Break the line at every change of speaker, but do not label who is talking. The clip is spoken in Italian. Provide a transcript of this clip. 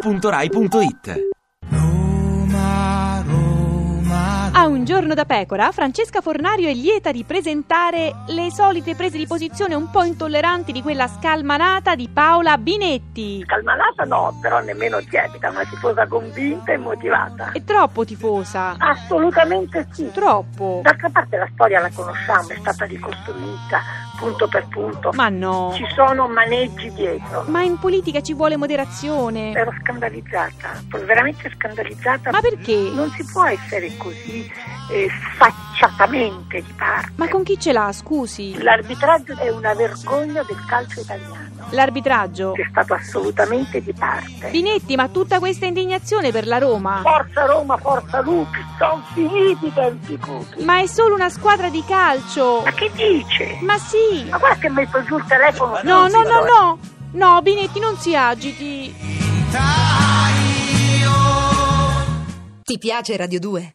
radio2pod.rai.it
A un giorno da pecora, Francesca Fornario è lieta di presentare le solite prese di posizione un po' intolleranti di quella scalmanata di Paola Binetti.
Calmanata no, però nemmeno tiepida, una tifosa convinta e motivata.
È troppo tifosa.
Assolutamente sì.
Troppo.
D'altra parte la storia la conosciamo, è stata ricostruita punto per punto.
Ma no.
Ci sono maneggi dietro.
Ma in politica ci vuole moderazione.
Ero scandalizzata, proprio veramente scandalizzata.
Ma perché?
Non si può essere così eh, sfacciatamente di parte.
Ma con chi ce l'ha, scusi?
L'arbitraggio è una vergogna del calcio italiano.
L'arbitraggio.
È stato assolutamente di parte.
Binetti, ma tutta questa indignazione per la Roma?
Forza Roma, forza Lupi, sono finiti i tempi cupi.
Ma è solo una squadra di calcio.
Ma che dice?
Ma sì.
Ma guarda che ha messo giù il telefono.
No, no, no, no. No, Binetti, non si agiti.
Ti piace Radio 2?